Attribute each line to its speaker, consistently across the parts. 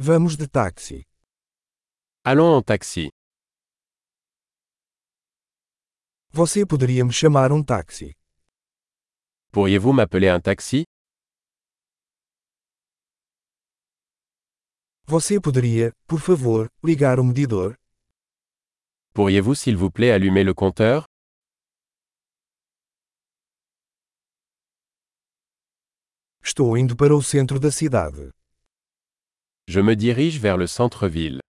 Speaker 1: Vamos de táxi.
Speaker 2: Allons en taxi.
Speaker 1: Você poderia me chamar um táxi?
Speaker 2: Pourriez-vous m'appeler un taxi
Speaker 1: Você poderia, por favor, ligar o medidor?
Speaker 2: Pourriez-vous s'il vous plaît allumer le compteur
Speaker 1: Estou indo para o centro da cidade.
Speaker 2: Je me dirige vers le centre-ville.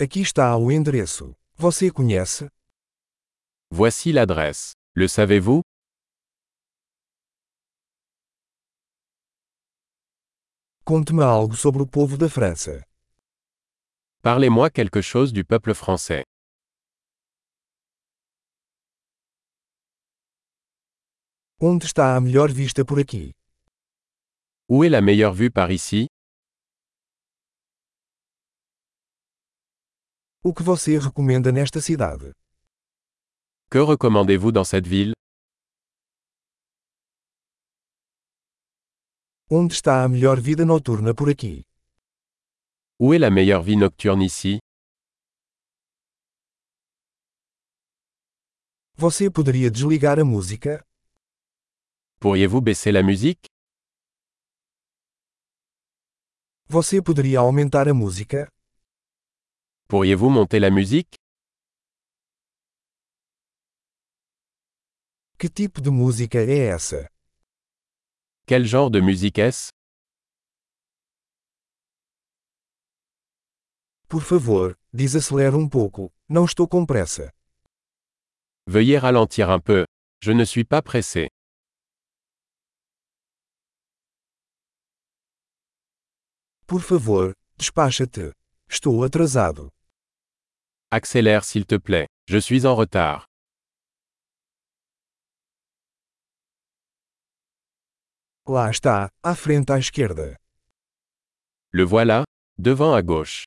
Speaker 1: Aqui está o endereço. Você conhece?
Speaker 2: Voici l'adresse. Le savez-vous
Speaker 1: Conte-me algo sobre o povo da França.
Speaker 2: Parlez-moi quelque chose du peuple français.
Speaker 1: Onde está a melhor vista por aqui?
Speaker 2: Où est la meilleure vue par ici
Speaker 1: O que você recomenda nesta cidade?
Speaker 2: Que recommandez-vous dans cette ville
Speaker 1: Onde está a melhor vida noturna por aqui?
Speaker 2: Où est la meilleure vie nocturne ici
Speaker 1: Você poderia desligar a música?
Speaker 2: Pourriez-vous baisser la musique
Speaker 1: Você poderia aumentar a música?
Speaker 2: Pourriez-vous monter la musique
Speaker 1: Que tipo de música é essa?
Speaker 2: Quel genre de musique est-ce
Speaker 1: Por favor, desacelere um pouco. Não estou com pressa.
Speaker 2: Veuillez ralentir un peu. Je ne suis pas pressé.
Speaker 1: Por favor, despacha-te. Estou atrasado.
Speaker 2: Accélère s'il te plaît. Je suis en retard.
Speaker 1: Lá está, à frente à esquerda.
Speaker 2: Le voilà, devant à gauche.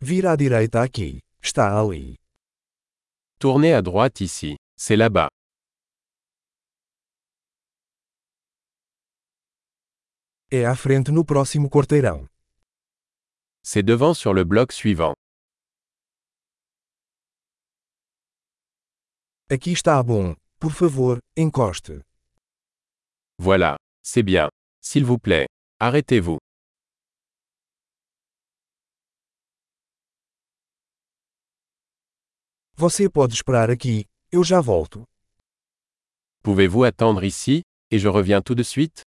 Speaker 1: Vira à direita aqui. Está ali.
Speaker 2: Tournez à droite ici. C'est là-bas.
Speaker 1: É à frente no próximo corteirão.
Speaker 2: C'est devant sur le bloc suivant.
Speaker 1: Aqui está bom. Por favor, encoste.
Speaker 2: Voilà. C'est bien. S'il vous plaît. Arrêtez-vous.
Speaker 1: Você pode esperar aqui. Eu já volto.
Speaker 2: Pouvez-vous attendre ici, et je reviens tout de suite